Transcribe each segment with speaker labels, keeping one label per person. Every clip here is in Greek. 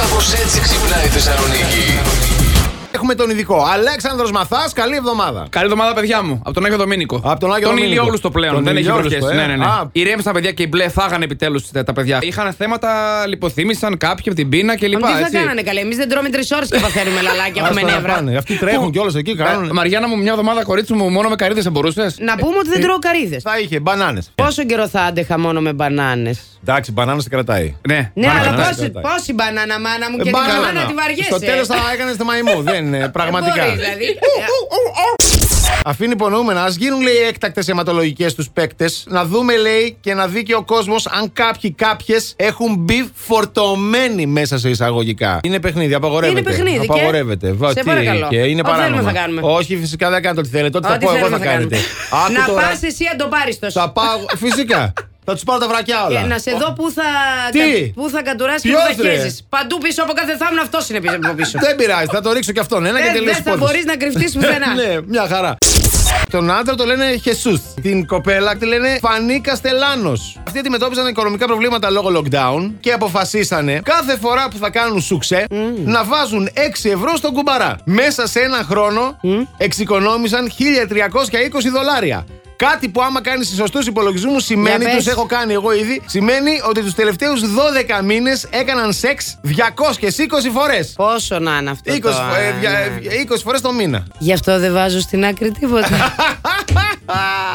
Speaker 1: Κάπως έτσι ξυπνάει η Θεσσαλονίκη.
Speaker 2: Έχουμε τον ειδικό. Αλέξανδρος Μαθάς, καλή εβδομάδα.
Speaker 3: Καλή εβδομάδα, παιδιά μου. Από τον Άγιο Δομήνικο.
Speaker 2: Από τον Άγιο Δομήνικο.
Speaker 3: Ηλιόγλου το πλέον.
Speaker 2: Τον
Speaker 3: δεν έχει
Speaker 2: Ηλιόγλουστο,
Speaker 3: βροχέ.
Speaker 2: ε.
Speaker 3: Ναι, ναι, ναι.
Speaker 2: Α.
Speaker 3: Ηρέμησαν τα παιδιά και οι μπλε φάγανε επιτέλους τα τα παιδιά. Είχαν θέματα, λιποθύμησαν κάποιοι από την πείνα κλπ.
Speaker 2: Λοιπόν,
Speaker 4: Μα Λοιπόν, τι θα
Speaker 3: έτσι.
Speaker 4: κάνανε καλέ. Εμείς δεν τρώμε τρεις ώρες και παθαίνουμε λαλάκια
Speaker 2: Άστο
Speaker 4: με
Speaker 2: να
Speaker 4: νεύρα.
Speaker 2: πάνε. Αυτοί τρέχουν κιόλας εκεί.
Speaker 3: Ε,
Speaker 2: Κάνουν...
Speaker 3: Μαριάννα μου, μια εβδομάδα κορίτσι μου, μόνο με καρύδες θα μπορούσε.
Speaker 4: Να πούμε ότι δεν
Speaker 2: Ε,
Speaker 4: τρώω καρύδες.
Speaker 2: Θα είχε μπανάνες.
Speaker 4: Πόσο καιρό θα άντεχα μόνο με μπανάνες.
Speaker 2: Εντάξει, μπανάνα σε κρατάει.
Speaker 3: Ναι,
Speaker 4: Ναι,
Speaker 3: Μάνα,
Speaker 4: αλλά
Speaker 3: ναι.
Speaker 4: πόση,
Speaker 2: ναι. Ε,
Speaker 4: πόση μπανάνα, μάνα μου, και την
Speaker 2: μπανάνα.
Speaker 4: μπανάνα τη βαριέσαι.
Speaker 2: Στο τέλος θα έκανες τη μαϊμού. Δεν είναι πραγματικά.
Speaker 4: Μπορείς, δηλαδή.
Speaker 2: Αφήνει υπονοούμενα. Ας γίνουν λέει έκτακτες αιματολογικές στου παίκτες. Να δούμε λέει και να δει και ο κόσμος αν κάποιοι κάποιες έχουν μπει φορτωμένοι μέσα σε εισαγωγικά. Είναι παιχνίδι, απαγορεύεται.
Speaker 4: Είναι παιχνίδι και-
Speaker 2: Απαγορεύεται. Βα-
Speaker 4: Σε
Speaker 2: τι
Speaker 4: παρακαλώ.
Speaker 2: Και είναι
Speaker 4: Ό,τι
Speaker 2: παράνομο.
Speaker 4: θέλουμε θα κάνουμε.
Speaker 2: Όχι, φυσικά δεν κάνετε ό,τι θέλετε. Ό,τι θα
Speaker 4: Ό,τι
Speaker 2: πω, εγώ
Speaker 4: θέλουμε
Speaker 2: θα
Speaker 4: θα κάνουμε.
Speaker 2: κάνετε. Άκου
Speaker 4: Να
Speaker 2: τώρα.
Speaker 4: πας εσύ αν τον πάρεις το
Speaker 2: Θα πάω. Φυσικά. Θα τους πάρω τα βρακιά όλα.
Speaker 4: Και Ε, να σε δω που θα,
Speaker 2: Τι?
Speaker 4: κα- που θα κατουράσει και
Speaker 2: Ποιος,
Speaker 4: που θα
Speaker 2: ρε?
Speaker 4: χέζεις. Παντού πίσω από κάθε θάμνα αυτό είναι πίσω από πίσω.
Speaker 2: Δεν πειράζει, θα το ρίξω κι αυτόν. Ένα και
Speaker 4: Ε, Δεν
Speaker 2: τελείω
Speaker 4: δεν θα μπορείς να κρυφτείς πουθενά.
Speaker 2: Ε, ναι, μια χαρά. Τον άντρα το λένε Χεσού. Την κοπέλα τη λένε Φανή Καστελάνος. Αυτοί αντιμετώπιζαν οικονομικά προβλήματα λόγω lockdown και αποφασίσανε κάθε φορά που θα κάνουν σουξέ
Speaker 4: Mm.
Speaker 2: να βάζουν 6 ευρώ στον κουμπαρά. Μέσα σε ένα χρόνο
Speaker 4: Mm.
Speaker 2: εξοικονόμησαν 1320 δολάρια. Κάτι που άμα κάνεις σωστούς υπολογισμούς σημαίνει,
Speaker 4: Για πες.
Speaker 2: του έχω κάνει εγώ ήδη, σημαίνει ότι τους τελευταίους 12 μήνες έκαναν σεξ 220 φορές.
Speaker 4: Πόσο να είναι αυτό.
Speaker 2: 20,
Speaker 4: τώρα,
Speaker 2: ε,
Speaker 4: ναι.
Speaker 2: φορές το μήνα.
Speaker 4: Γι' αυτό δεν βάζω στην άκρη τίποτα. Ε,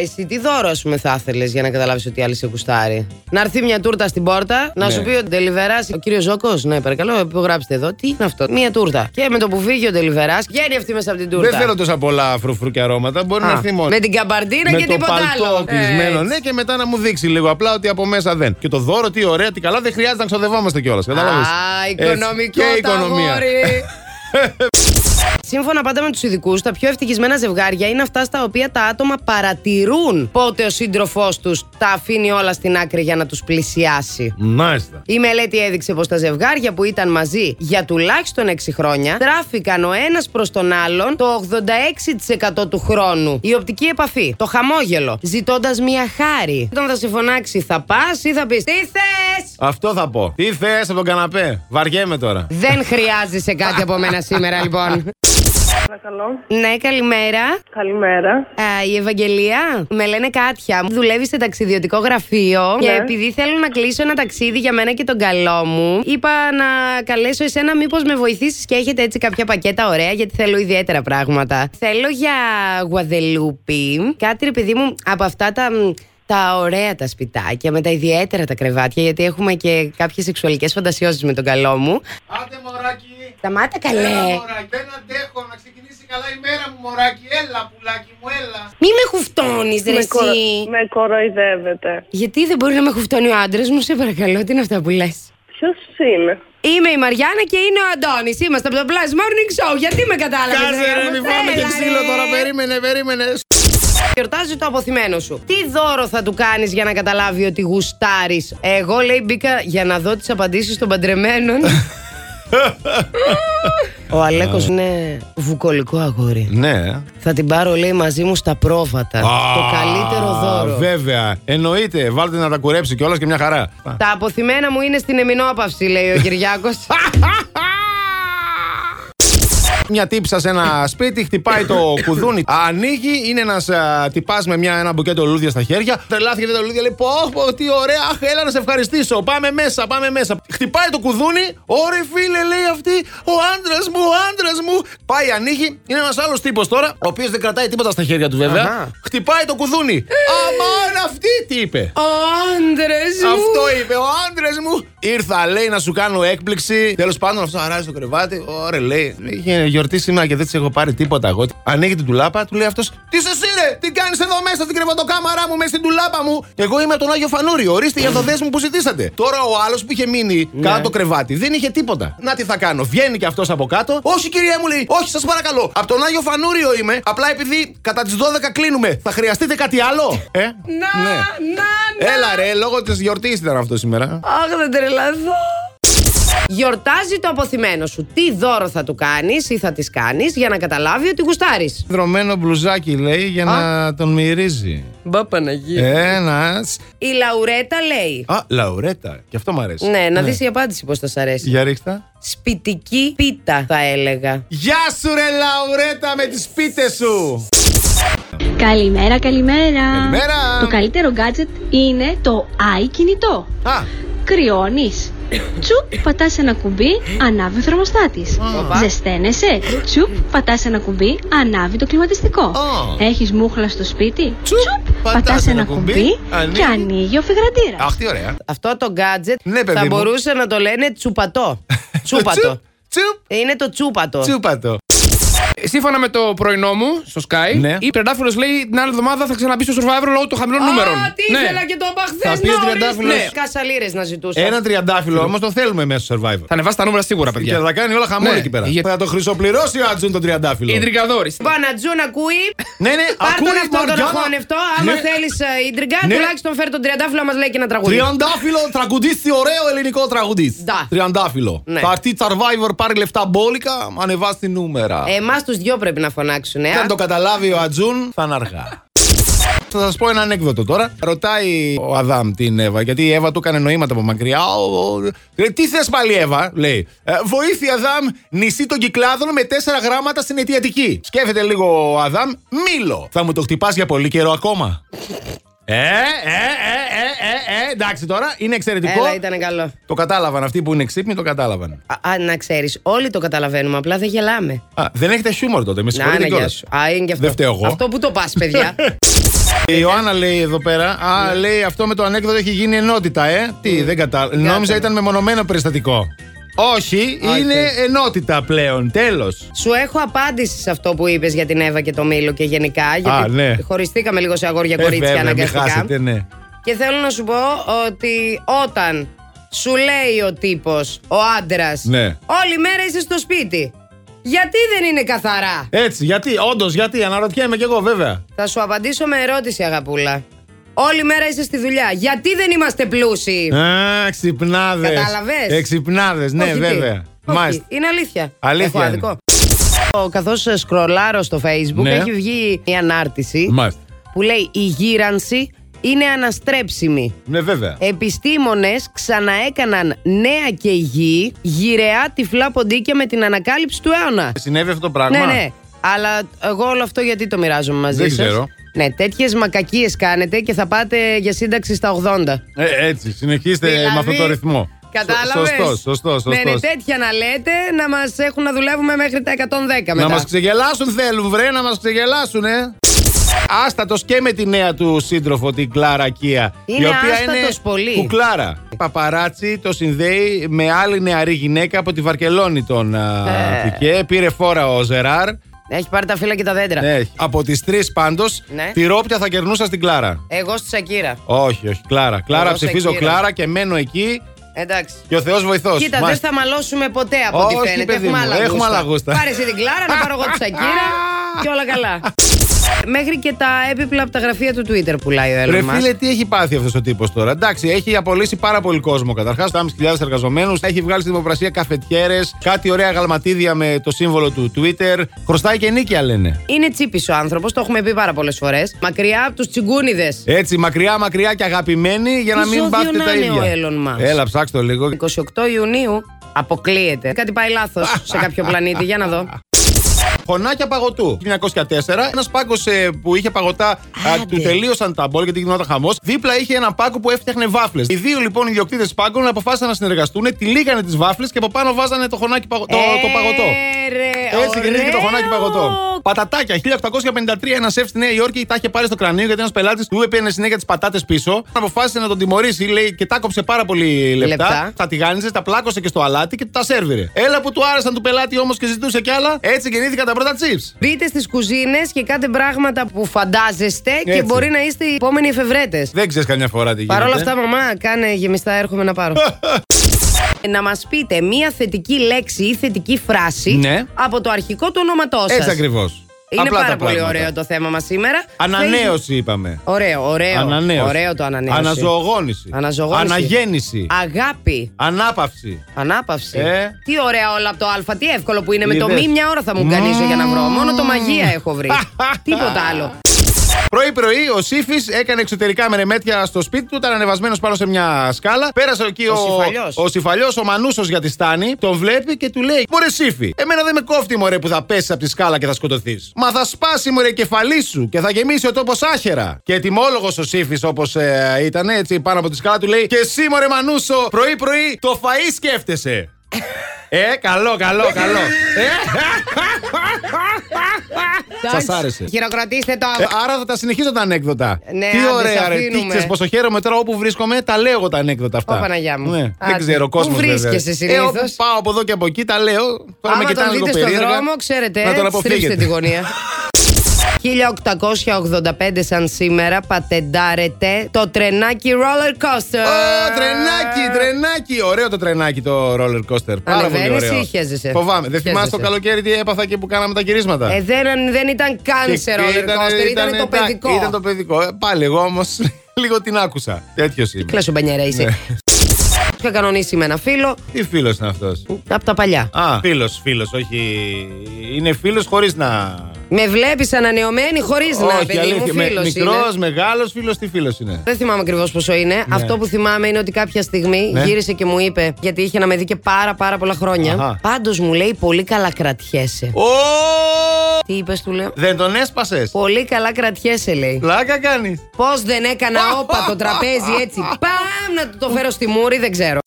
Speaker 4: Εσύ τι δώρο, ας πούμε, θα ήθελες για να καταλάβεις ότι η άλλη σε κουστάρει. Να έρθει μια τούρτα στην πόρτα, να
Speaker 2: Ναι.
Speaker 4: σου πει ο Ντελιβεράς, ο κύριος Ζώκος, ναι, παρακαλώ, υπογράψτε εδώ. Τι είναι αυτό, μια τούρτα. Και με το που φύγει ο Ντελιβεράς, βγαίνει αυτή μέσα από την τούρτα.
Speaker 2: Δεν θέλω τόσα πολλά φρουφρού και αρώματα. Μπορεί να
Speaker 4: Α,
Speaker 2: έρθει μόνο.
Speaker 4: Με την καμπαρτίνα
Speaker 2: Με
Speaker 4: και
Speaker 2: το
Speaker 4: τίποτα
Speaker 2: παλτό
Speaker 4: άλλο.
Speaker 2: κλεισμένο,
Speaker 4: Ε,
Speaker 2: ναι, και μετά να μου δείξει λίγο. Απλά ότι από μέσα δεν. Και το δώρο, τι ωραία, τι καλά, δεν χρειάζεται να ξοδευόμαστε κιόλας. Κατάλαβε.
Speaker 4: Α, οικονομικό
Speaker 2: ναι, Και
Speaker 4: τα
Speaker 2: οικονομία.
Speaker 4: αγόρι. Σύμφωνα πάντα με τους ειδικούς, τα πιο ευτυχισμένα ζευγάρια είναι αυτά στα οποία τα άτομα παρατηρούν πότε ο σύντροφός τους τα αφήνει όλα στην άκρη για να τους πλησιάσει.
Speaker 2: Μάλιστα.
Speaker 4: Η μελέτη έδειξε πως τα ζευγάρια που ήταν μαζί για τουλάχιστον 6 χρόνια τράφηκαν ο ένας προς τον άλλον το 86% του χρόνου. Η οπτική επαφή, το χαμόγελο, ζητώντας μία χάρη. Όταν θα σε φωνάξει, θα πας ή θα πεις Τι θες!
Speaker 2: Αυτό θα πω. Τι θες από τον καναπέ. Βαριέμαι τώρα.
Speaker 4: Δεν χρειάζεσαι κάτι από μένα σήμερα, λοιπόν.
Speaker 5: Παρακαλώ.
Speaker 4: Ναι, καλημέρα.
Speaker 5: Καλημέρα.
Speaker 4: Α, η Ευαγγελία, με λένε Κάτια. Δουλεύει σε ταξιδιωτικό γραφείο.
Speaker 5: Ναι.
Speaker 4: Και επειδή θέλω να κλείσω ένα ταξίδι για μένα και τον καλό μου, είπα να καλέσω εσένα μήπως με βοηθήσεις και έχετε έτσι κάποια πακέτα ωραία, γιατί θέλω ιδιαίτερα πράγματα. Θέλω για Γουαδελούπη. Κάτι, ρε παιδί μου, από αυτά τα. μ, Τα ωραία τα σπιτάκια, με τα ιδιαίτερα τα κρεβάτια, γιατί έχουμε και κάποιες σεξουαλικές φαντασιώσεις με τον καλό μου.
Speaker 2: Άντε μωράκι.
Speaker 4: Σταμάτα καλέ!
Speaker 2: Δεν αντέχω να ξεκινήσει καλά η μέρα μου, μωράκι. Έλα, πουλάκι μου, έλα.
Speaker 4: Μη με χουφτώνεις, ρε
Speaker 5: με,
Speaker 4: εσύ.
Speaker 5: κορο- με κοροϊδεύετε.
Speaker 4: Γιατί δεν μπορεί να με χουφτώνει ο άντρας μου, σε παρακαλώ, τι είναι αυτά που λες.
Speaker 5: Ποιος είναι.
Speaker 4: Είμαι η Μαριάννα και είναι ο Αντώνης. Είμαστε από το Plus Morning Show. Γιατί με κατάλαβες,
Speaker 2: Κάτσε ρε, μην φάμε και ξύλο τώρα. Περίμενε, περίμενε.
Speaker 4: Γιορτάζει το αποθυμένο σου. Τι δώρο θα του κάνεις για να καταλάβει ότι γουστάρεις. Εγώ λέει μπήκα για να δω τις απαντήσεις των παντρεμένων. ο Αλέκο είναι βουκολικό αγόρι.
Speaker 2: Ναι.
Speaker 4: Θα την πάρω, λέει, μαζί μου στα πρόβατα. Το
Speaker 2: Α,
Speaker 4: καλύτερο δώρο.
Speaker 2: Βέβαια. Εννοείται. Βάλτε να τα κουρέψει κιόλας και μια χαρά.
Speaker 4: Τα αποθυμένα μου είναι στην εμινόπαυση, λέει ο Κυριάκος.
Speaker 2: Μια τύψα σε ένα σπίτι, χτυπάει το κουδούνι. Ανοίγει, είναι ένας τυπάς με μια, ένα μπουκέτο λουλούδια στα χέρια. Τρελάθηκε τα λουλούδια, λέει: Πω, πω, τι ωραία, αχ, έλα να σε ευχαριστήσω. Πάμε μέσα, πάμε μέσα. Χτυπάει το κουδούνι, ωρε φίλε, λέει αυτή, ο άντρας μου, ο άντρας μου. Πάει, ανοίγει, είναι ένας άλλος τύπος τώρα, ο οποίος δεν κρατάει τίποτα στα χέρια του βέβαια.
Speaker 4: Αχα.
Speaker 2: Χτυπάει το κουδούνι. Αμάν αυτή τι είπε.
Speaker 4: Ο άντρε μου.
Speaker 2: Αυτό είπε ο άντρε μου. Ήρθα, λέει, να σου κάνω έκπληξη. Τέλος πάντων, αυτό αράζει το κρεβάτι. Ωραία, λέει. Είχε γιορτή σήμερα και δεν της έχω πάρει τίποτα εγώ. Ανοίγει την τουλάπα, του λέει αυτός. Τι σε σύρε, τι κάνεις εδώ μέσα στην κρεβατοκάμαρά μου, μέσα στην τουλάπα μου. Εγώ είμαι από τον Άγιο Φανούρη. Ορίστε οι ενδοδέ μου που ζητήσατε. Τώρα ο άλλος που είχε μείνει
Speaker 4: Ναι.
Speaker 2: κάτω το κρεβάτι δεν είχε τίποτα. Να τι θα κάνω. Βγαίνει και αυτός από κάτω. Όχι, κυρία μου, λέει. Όχι, σας παρακαλώ. Από τον Άγιο Φανούριο είμαι. Απλά επειδή κατά τις 12 κλείνουμε. Θα χρειαστείτε κάτι άλλο. Ε,
Speaker 4: Να,
Speaker 2: ναι.
Speaker 4: να, να.
Speaker 2: Έλα ρε, λόγω της γιορτής ήταν αυτό σήμερα.
Speaker 4: Αχ, δεν τρελαθώ. Γιορτάζει το αποθυμένο σου. Τι δώρο θα του κάνεις ή θα της κάνεις για να καταλάβει ότι γουστάρεις.
Speaker 2: Δρομένο μπλουζάκι λέει για να τον μυρίζει.
Speaker 4: Μπα Παναγία.
Speaker 2: Ένας.
Speaker 4: Ε. Η Λαουρέτα λέει.
Speaker 2: Α, λαουρέτα. Και αυτό μου αρέσει.
Speaker 4: Ναι, να δεις η απάντηση πώς θα σ' αρέσει.
Speaker 2: Για ρίχτα.
Speaker 4: Σπιτική πίτα, θα έλεγα.
Speaker 2: Γεια σου, ρε Λαουρέτα, με τις πίτες σου!
Speaker 6: Καλημέρα, καλημέρα.
Speaker 2: Καλημέρα.
Speaker 6: Το καλύτερο gadget είναι το i κινητό.
Speaker 2: Α,
Speaker 6: Κρυώνεις. Τσουπ, πατάς ένα κουμπί, ανάβει ο θερμοστάτης. Ζεσταίνεσαι. Τσουπ, πατάς ένα κουμπί, ανάβει το κλιματιστικό.
Speaker 2: Α.
Speaker 6: Έχεις μούχλα στο σπίτι.
Speaker 2: Τσουπ,
Speaker 6: πατά ένα κουμπί και
Speaker 2: ανοίγει.
Speaker 6: ανοίγει ο φεγγραντήρα.
Speaker 2: αχ, τι ωραία.
Speaker 4: Αυτό το gadget
Speaker 2: Ναι, παιδί
Speaker 4: θα
Speaker 2: μου.
Speaker 4: μπορούσε να το λένε τσουπατό. τσούπατο.
Speaker 2: Τσουπ, τσουπ,
Speaker 4: Είναι το τσούπατο.
Speaker 2: τσούπατο.
Speaker 3: Σύμφωνα με το πρωινό μου στο Sky,
Speaker 2: Ναι.
Speaker 3: η Τριαντάφυλλο λέει την άλλη εβδομάδα θα ξαναμπεί στο survivor λόγω των χαμηλών νούμερων.
Speaker 4: Α, τι
Speaker 3: Ναι.
Speaker 4: ήθελα και το είπα
Speaker 2: Ναι. Θα
Speaker 4: χθε.
Speaker 2: πει ο Τριαντάφυλλος.
Speaker 4: Ναι, κασαλίρες να ζητούσα.
Speaker 2: Ένα τριαντάφυλλο όμως το θέλουμε μέσα στο survivor.
Speaker 3: Θα ανεβάσει τα νούμερα σίγουρα,
Speaker 2: Και θα
Speaker 3: παιδιά.
Speaker 2: τα κάνει όλα χαμόλη
Speaker 3: Ναι,
Speaker 2: εκεί πέρα.
Speaker 3: για-
Speaker 2: Θα το χρυσοπληρώσει ο Ατζούν τον τριαντάφυλλο.
Speaker 3: Η Ντρικαδόρη.
Speaker 4: Μπανατζούν ακούει.
Speaker 2: Ναι, ναι,
Speaker 4: Πάρ τον
Speaker 2: ακούει
Speaker 4: αυτό τον
Speaker 2: Μαριάννα.
Speaker 4: αχώνευτο. Άμα
Speaker 2: Ναι.
Speaker 4: θέλεις ιντριγκά,
Speaker 2: Ναι.
Speaker 4: τουλάχιστον φέρ τον τριαντάφυλλο μας λέει και ένα τραγούδι.
Speaker 2: Τριαντάφυλλο τραγουδίστη, ωραίο ελληνικό τραγουδίστη.
Speaker 4: Ναι.
Speaker 2: Τριαντάφυλλο.
Speaker 4: Ναι.
Speaker 2: Θα έρθει survivor, πάρει λεφτά μπόλικα, ανεβάσει νούμερα.
Speaker 4: Εμάς τους δυο πρέπει να φωνάξουν.
Speaker 2: Και Αν το καταλάβει ο Ατζούν, θα είναι αργά. Θα σας πω ένα ανέκδοτο τώρα. Ρωτάει ο Αδάμ την Εύα, γιατί η Εύα του έκανε νοήματα από μακριά. Ο- ο- «Ρε, Τι θες πάλι, Εύα, λέει. «Ε, Βοήθεια, Αδάμ, νησί των κυκλάδων με τέσσερα γράμματα στην αιτιατική. Σκέφτεται λίγο ο Αδάμ, μήλο. Θα μου το χτυπάς για πολύ καιρό ακόμα. Ε, ε, ε, ε, ε, ε, εντάξει τώρα, είναι εξαιρετικό.
Speaker 4: Έλα, ήταν καλό.
Speaker 2: Το κατάλαβαν αυτοί που είναι ξύπνοι, το κατάλαβαν.
Speaker 4: Α, α, να ξέρεις, όλοι το καταλαβαίνουμε, απλά δεν γελάμε.
Speaker 2: Α, δεν έχετε χιούμορ τότε, με
Speaker 4: Να,
Speaker 2: συγχωρείτε
Speaker 4: να γεια
Speaker 2: κιόλας.
Speaker 4: σου. Α, είναι και αυτό.
Speaker 2: Δεν φταίω εγώ.
Speaker 4: Αυτό που το πας, παιδιά.
Speaker 2: Η Ιωάννα λέει εδώ πέρα.
Speaker 4: Ναι.
Speaker 2: Α, λέει αυτό με το ανέκδοτο έχει γίνει ενότητα, ε. Τι, δεν κατάλαβα. Νόμιζα ήταν μεμονωμένο περιστατικό. Όχι, είναι ενότητα πλέον. Τέλος.
Speaker 4: Σου έχω απάντηση σε αυτό που είπες για την Εύα και το Μήλο και γενικά. Γιατί
Speaker 2: ναι.
Speaker 4: χωριστήκαμε λίγο σε αγόρια-κορίτσια
Speaker 2: μην
Speaker 4: Ε, αναγκαστικά.
Speaker 2: χάσετε, ναι.
Speaker 4: Και θέλω να σου πω ότι όταν σου λέει ο τύπος, ο άντρας,
Speaker 2: Ναι.
Speaker 4: όλη μέρα είσαι στο σπίτι. Γιατί δεν είναι καθαρά.
Speaker 2: Έτσι, γιατί, όντως, γιατί, αναρωτιέμαι κι εγώ βέβαια.
Speaker 4: Θα σου απαντήσω με ερώτηση, αγαπούλα. Όλη μέρα είσαι στη δουλειά. Γιατί δεν είμαστε πλούσιοι.
Speaker 2: Α, ξυπνάδες.
Speaker 4: Ε, Κατάλαβες.
Speaker 2: Εξυπνάδε, Ε, ναι,
Speaker 4: Όχι, τι.
Speaker 2: βέβαια.
Speaker 4: Όχι,
Speaker 2: Μάλιστα.
Speaker 4: Είναι αλήθεια.
Speaker 2: Αλήθεια
Speaker 4: Έχω
Speaker 2: είναι.
Speaker 4: άδικο. Καθώ σκρολάρω στο Facebook,
Speaker 2: Ναι.
Speaker 4: έχει βγει μια ανάρτηση
Speaker 2: Μάλιστα.
Speaker 4: που λέει Η γύρανση είναι αναστρέψιμη.
Speaker 2: Ναι, βέβαια.
Speaker 4: Επιστήμονες ξαναέκαναν νέα και γη γυραιά τυφλά ποντίκια με την ανακάλυψη του αιώνα.
Speaker 2: Συνέβη αυτό το πράγμα.
Speaker 4: Ναι, ναι. Αλλά εγώ όλο αυτό γιατί το μοιράζομαι μαζί
Speaker 2: Δεν
Speaker 4: σας.
Speaker 2: ξέρω.
Speaker 4: Ναι, τέτοιες μακακίες κάνετε και θα πάτε για σύνταξη στα 80.
Speaker 2: Ε, έτσι, συνεχίστε
Speaker 4: Δηλαδή,
Speaker 2: με αυτόν τον ρυθμό.
Speaker 4: Κατάλαβες.
Speaker 2: Σωστό, σωστό, σωστό.
Speaker 4: Ναι, ναι, τέτοια να λέτε να μας έχουν να δουλεύουμε μέχρι τα 110 μετά.
Speaker 2: Να μας ξεγελάσουν θέλουν, βρε, να μας ξεγελάσουν, ε. Άστατος και με τη νέα του σύντροφο, την Κλάρα Κία.
Speaker 4: Είναι
Speaker 2: η οποία είναι
Speaker 4: άστατος πολύ.
Speaker 2: κουκλάρα. Παπαράτσι το συνδέει με άλλη νεαρή γυναίκα από τη Βαρκελόνη τον α,
Speaker 4: Ε.
Speaker 2: Πικέ. Πήρε φόρα ο Ζεράρ.
Speaker 4: Έχει πάρει τα φύλλα και τα δέντρα.
Speaker 2: Ναι, από τις τρεις πάντως,
Speaker 4: Ναι.
Speaker 2: τη ρόπια θα κερνούσα στην Κλάρα.
Speaker 4: Εγώ στη Σακύρα.
Speaker 2: Όχι, όχι, Κλάρα. Κλάρα
Speaker 4: Εγώ σε
Speaker 2: ψηφίζω
Speaker 4: κύριο.
Speaker 2: Κλάρα και μένω εκεί
Speaker 4: Εντάξει.
Speaker 2: και ο Θεός βοηθός.
Speaker 4: Κοίτα, δεν
Speaker 2: Μάλιστα.
Speaker 4: θα μαλώσουμε ποτέ από ό,τι
Speaker 2: Όχι,
Speaker 4: φαίνεται.
Speaker 2: παιδί
Speaker 4: Έχουμε
Speaker 2: μου,
Speaker 4: άλλα,
Speaker 2: έχουμε
Speaker 4: γούστα.
Speaker 2: άλλα γούστα.
Speaker 4: Πάρε εσύ την Κλάρα, να πάρω εγώ τη Σακύρα και όλα καλά. Μέχρι και τα έπιπλα από τα γραφεία του Twitter πουλάει ο
Speaker 2: Ρε
Speaker 4: Έλλον μας.
Speaker 2: φίλε, τι έχει πάθει αυτός ο τύπος τώρα. Εντάξει, έχει απολύσει πάρα πολύ κόσμο. Καταρχάς, 3.500 εργαζομένου. Έχει βγάλει στη δημοπρασία καφετιέρες, κάτι ωραία γαλματίδια με το σύμβολο του Twitter. Χρωστάει και νίκια, λένε.
Speaker 4: Είναι τσίπης ο άνθρωπος, το έχουμε πει πάρα πολλές φορές. Μακριά από τους τσιγκούνιδες.
Speaker 2: Έτσι, μακριά, μακριά και αγαπημένοι για να
Speaker 4: Τι
Speaker 2: μην
Speaker 4: ζώδιο
Speaker 2: πάθετε
Speaker 4: να
Speaker 2: τα
Speaker 4: είναι ο
Speaker 2: ίδια.
Speaker 4: Elon Musk.
Speaker 2: Έλα, ψάξτε το λίγο.
Speaker 4: 28 Ιουνίου αποκλείεται. Κάτι πάει λάθος σε κάποιο πλανήτη, για να δω.
Speaker 2: Χωνάκια παγωτού. 1904, ένας πάγκος ε, που είχε παγωτά, α, του τελείωσαν τα μπόλ γιατί γινόταν χαμός. Δίπλα είχε ένα πάγκο που έφτιαχνε βάφλες. Οι δύο λοιπόν ιδιοκτήτες πάγκων αποφάσισαν να συνεργαστούν, τυλίγανε τις βάφλες και από πάνω βάζανε το, χωνάκι, παγω- το, το παγωτό.
Speaker 4: Ε, ρε,
Speaker 2: Έτσι γεννήθηκε το
Speaker 4: ωραίο.
Speaker 2: χωνάκι παγωτό. Πατατάκια. 1853 ένας σεφ στη Νέα Υόρκη τα είχε πάρει στο κρανίο γιατί ένας πελάτης του έπαιρνε συνέχεια τις πατάτες πίσω. Αποφάσισε να τον τιμωρήσει, λέει, και τα κόψε πάρα πολύ λεπτά.
Speaker 4: Λεπτά.
Speaker 2: Τα τηγάνιζε, τα πλάκωσε και στο αλάτι και του τα σερβιρε. Έλα που του άρεσαν του πελάτη όμως και ζητούσε κι άλλα. Έτσι γεννήθηκαν τα πρώτα chips.
Speaker 4: Μπείτε στις κουζίνες και κάντε πράγματα που φαντάζεστε και
Speaker 2: Έτσι.
Speaker 4: μπορεί να είστε οι επόμενοι εφευρέτες.
Speaker 2: Δεν ξέρεις καμιά φορά τι γίνεται.
Speaker 4: Παρ' όλα αυτά, μαμά, κάνε γεμιστά, έρχομαι να πάρω. να μας πείτε μία θετική λέξη ή θετική φράση
Speaker 2: Ναι.
Speaker 4: από το αρχικό του όνοματό σα.
Speaker 2: Έτσι ακριβώς.
Speaker 4: Είναι
Speaker 2: Απλά
Speaker 4: πάρα
Speaker 2: τα
Speaker 4: πολύ
Speaker 2: πράγματα.
Speaker 4: ωραίο το θέμα μας σήμερα. Facebook-
Speaker 2: Ανανέωση είπαμε.
Speaker 4: Ωραίο, ωραίο.
Speaker 2: Ανανέωση.
Speaker 4: Ωραίο το ανανέωση.
Speaker 2: Αναζωογόνηση.
Speaker 4: Αναζωογόνηση.
Speaker 2: Αναγέννηση.
Speaker 4: Αγάπη.
Speaker 2: Ανάπαυση.
Speaker 4: Ανάπαυση.
Speaker 2: Ε.
Speaker 4: Τι ωραία όλα από το Α, τι εύκολο που είναι. Με το
Speaker 2: Είδες.
Speaker 4: μη μια ώρα θα μου γκανίζω για να βρω. Μόνο το μαγεία έχω βρει. Τίποτα άλλο.
Speaker 2: Πρωί-πρωί ο Σύφης έκανε εξωτερικά μερεμέτια στο σπίτι του. Ήταν ανεβασμένος πάνω σε μια σκάλα. Πέρασε εκεί ο,
Speaker 4: Συφαλιός.
Speaker 2: ο Συφαλιό, ο Μανούσος για τη στάνη. Τον βλέπει και του λέει: Μωρέ Σύφη, εμένα δεν με κόφτει μωρέ που θα πέσεις από τη σκάλα και θα σκοτωθείς. Μα θα σπάσει μωρέ η κεφαλή σου και θα γεμίσει ο τόπος άχερα. Και ετοιμόλογος ο Σύφης όπως ε, ήταν έτσι πάνω από τη σκάλα του λέει: Και εσύ μωρέ Μανούσο, πρωί-πρωί το φαΐ σκέφτεσαι. Ε, καλό, καλό, καλό. Ε, σας
Speaker 4: Εντάξει.
Speaker 2: άρεσε.
Speaker 4: Χειροκροτήστε το.
Speaker 2: Ε, άρα θα τα συνεχίζω τα ανέκδοτα.
Speaker 4: Ναι,
Speaker 2: τι
Speaker 4: άντε,
Speaker 2: ωραία,
Speaker 4: σε
Speaker 2: ρε.
Speaker 4: αφήνουμε.
Speaker 2: Τι ξέρεις, πόσο χαίρομαι τώρα όπου βρίσκομαι, τα λέω εγώ τα ανέκδοτα αυτά.
Speaker 4: Ω, Παναγιά μου.
Speaker 2: Ναι,
Speaker 4: Άντε.
Speaker 2: δεν ξέρω, ο
Speaker 4: Πού
Speaker 2: κόσμος.
Speaker 4: βρίσκεσαι συνήθως?
Speaker 2: πάω από εδώ και από εκεί, τα λέω. Τώρα με
Speaker 4: Άμα τον
Speaker 2: κοιτάνε λίγο
Speaker 4: δείτε στον
Speaker 2: περίεργα.
Speaker 4: δρόμο, ξέρετε,
Speaker 2: Να τον
Speaker 4: ε, στρίψτε
Speaker 2: αποφύγετε.
Speaker 4: τη γωνία. 1885 σαν σήμερα πατεντάρεται το τρενάκι roller coaster.
Speaker 2: Ω, τρενάκι, τρενάκι. Ωραίο το τρενάκι το roller coaster. Πάρα πολύ
Speaker 4: Ανεβαίνεις
Speaker 2: ωραίο.
Speaker 4: ή χέζεσαι?
Speaker 2: Φοβάμαι. Δεν θυμάσαι το
Speaker 4: Χέζεσαι.
Speaker 2: καλοκαίρι τι έπαθα και που κάναμε τα γυρίσματα.
Speaker 4: Ε, δεν, δεν ήταν καν σε roller coaster, ήταν, το
Speaker 2: εντάξει,
Speaker 4: παιδικό.
Speaker 2: Ήταν το παιδικό. Ε, Πάλι εγώ όμως λίγο την άκουσα. Τέτοιος είμαι.
Speaker 4: Κλασσο μπανιέρα είσαι.
Speaker 2: Ναι.
Speaker 4: Είχα κανονίσει με ένα φίλο
Speaker 2: Τι φίλος είναι αυτός.
Speaker 4: από τα παλιά.
Speaker 2: Α, φίλος, φίλος, όχι. Είναι φίλος χωρίς να.
Speaker 4: Με βλέπεις ανανεωμένη χωρίς να παιδί μου φίλος.
Speaker 2: Μικρός, μεγάλος φίλος, τι φίλος είναι.
Speaker 4: Δεν θυμάμαι ακριβώς πόσο είναι. Αυτό που θυμάμαι είναι ότι κάποια στιγμή
Speaker 2: Ναι.
Speaker 4: γύρισε και μου είπε, γιατί είχε να με δει και πάρα πάρα πολλά χρόνια.
Speaker 2: Αχα.
Speaker 4: Πάντως μου λέει πολύ καλά κρατιέσαι.
Speaker 2: Ω!
Speaker 4: Τι είπες, του λέω.
Speaker 2: Δεν τον έσπασες.
Speaker 4: Πολύ καλά κρατιέσαι, λέει.
Speaker 2: Πλάκα κάνεις.
Speaker 4: Πώς δεν έκανα όπα το τραπέζι έτσι. Παμ να του το φέρω στη μούρη, δεν ξέρω.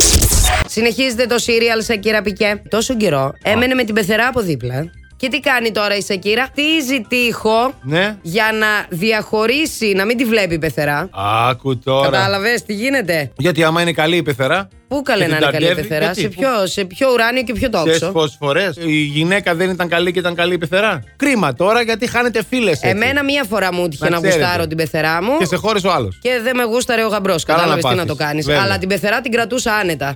Speaker 4: Συνεχίζεται το σύριαλ Σακύρα Πικέ. Τόσο καιρό έμενε με την πεθερά από δίπλα. Και τι κάνει τώρα η Σακύρα. Χτίζει τείχο
Speaker 2: Ναι.
Speaker 4: για να διαχωρίσει, να μην τη βλέπει η πεθερά.
Speaker 2: Άκου τώρα.
Speaker 4: Κατάλαβες τι γίνεται.
Speaker 2: Γιατί άμα είναι καλή η πεθερά.
Speaker 4: Πού καλέ
Speaker 2: και
Speaker 4: να
Speaker 2: την
Speaker 4: είναι καλή η
Speaker 2: ταρκεύει,
Speaker 4: πεθερά,
Speaker 2: γιατί,
Speaker 4: σε
Speaker 2: πού-
Speaker 4: ποιο, σε ποιο ουράνιο και ποιο
Speaker 2: Ξέρεις
Speaker 4: τόξο.
Speaker 2: πόσες φορές η γυναίκα δεν ήταν καλή και ήταν καλή η πεθερά. Κρίμα τώρα γιατί χάνετε φίλες έτσι.
Speaker 4: Εμένα μία φορά μου έτυχε
Speaker 2: Να
Speaker 4: να
Speaker 2: ξέρετε.
Speaker 4: γουστάρω την πεθερά μου
Speaker 2: Και σε χώρες ο άλλος.
Speaker 4: και δεν με γούσταρε ο γαμπρός.
Speaker 2: Καλά
Speaker 4: Κατάλαβε
Speaker 2: να
Speaker 4: τι να
Speaker 2: πάθεις,
Speaker 4: το κάνεις.
Speaker 2: βέβαια.
Speaker 4: Αλλά την πεθερά την κρατούσα άνετα.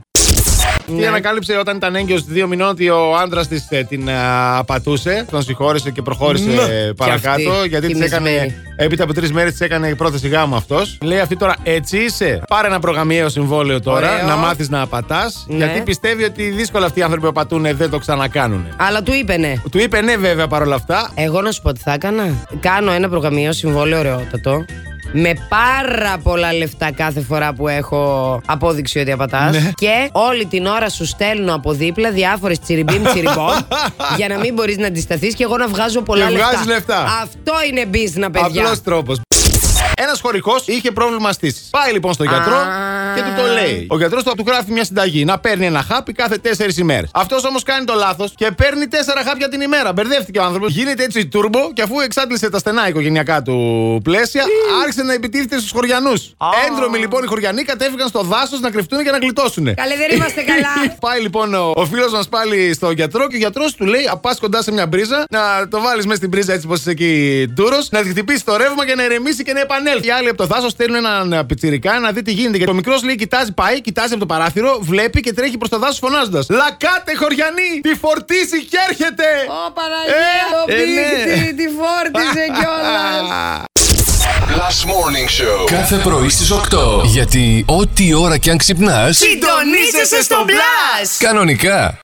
Speaker 2: Τι ανακάλυψε όταν ήταν έγκυος δύο μηνών ότι ο άντρας της την α, απατούσε, τον συγχώρησε και προχώρησε ε,
Speaker 4: Και
Speaker 2: παρακάτω.
Speaker 4: αυτή,
Speaker 2: γιατί της
Speaker 4: κοιμισμένη.
Speaker 2: έκανε. Έπειτα από τρεις μέρες της έκανε πρόταση γάμου αυτός. Λέει αυτή τώρα, έτσι είσαι. Πάρε ένα προγαμιαίο συμβόλαιο τώρα,
Speaker 4: Ωραίο.
Speaker 2: να μάθεις να απατά.
Speaker 4: Ναι.
Speaker 2: Γιατί πιστεύει ότι δύσκολα αυτοί οι άνθρωποι που απατούν δεν το ξανακάνουν.
Speaker 4: Αλλά του είπε ναι.
Speaker 2: Του είπε ναι, βέβαια παρόλα αυτά.
Speaker 4: Εγώ να σου πω τι θα έκανα. Κάνω ένα προγραμμιαίο συμβόλαιο ωραιότατο. Με πάρα πολλά λεφτά κάθε φορά που έχω απόδειξη ότι απατάς.
Speaker 2: Ναι.
Speaker 4: Και όλη την ώρα σου στέλνω από δίπλα διάφορες τσιριμπίμ τσιριμπόμ. για να μην μπορείς να αντισταθείς και εγώ να βγάζω πολλά
Speaker 2: Και
Speaker 4: λεφτά.
Speaker 2: βγάζεις λεφτά.
Speaker 4: Αυτό είναι μπίζνα, παιδιά.
Speaker 2: Απλός τρόπος. Ένας χωρικό είχε πρόβλημα στήσης. Πάει λοιπόν στον γιατρό
Speaker 4: Α.
Speaker 2: και του το λέει. Ο γιατρός του του γράφει μια συνταγή να παίρνει ένα χάπι κάθε 4 ημέρες. Αυτός όμως κάνει το λάθος και παίρνει 4 χάπια την ημέρα. Μπερδεύτηκε ο άνθρωπος. Γίνεται έτσι τούρμπο και αφού εξάντλησε τα στενά οικογενειακά του πλαίσια, άρχισε να επιτίθεται στους χωριανούς. Έντρομοι λοιπόν οι χωριανοί κατέφυγαν στο δάσος να κρυφτούν και να γλιτώσουν.
Speaker 4: Καλέ, δεν είμαστε καλά.
Speaker 2: Πάει λοιπόν ο, ο φίλος μας πάλι στον γιατρό και ο γιατρός του λέει: Απάς κοντά σε μια μπρίζα, να το βάλεις μέσα στην πρίζα έτσι πως είσαι εκεί ντούρος, να τη χτυπήσει το ρεύμα και να ηρεμήσει και να επανέλθει. Οι άλλοι από το δάσος στέλνουν έναν πιτσυρικά να δει τι γίνεται. Και το μικρός λέει: Κοιτάζει, πάει, κοιτάζει από το παράθυρο, βλέπει και τρέχει προς το δάσος φωνάζοντας: Λακάτε χωριανή, τη φορτίσει και έρχεται!
Speaker 4: Ω Παναγία,
Speaker 2: Ε,
Speaker 4: το
Speaker 2: ε, ναι.
Speaker 4: πίχτη, τη φόρτισε κιόλας.
Speaker 1: Last Morning Show. Κάθε πρωί στις 8. Γιατί ό,τι ώρα κι αν ξυπνάς,
Speaker 4: Συντονίζεσαι στο μπλα!
Speaker 1: κανονικά.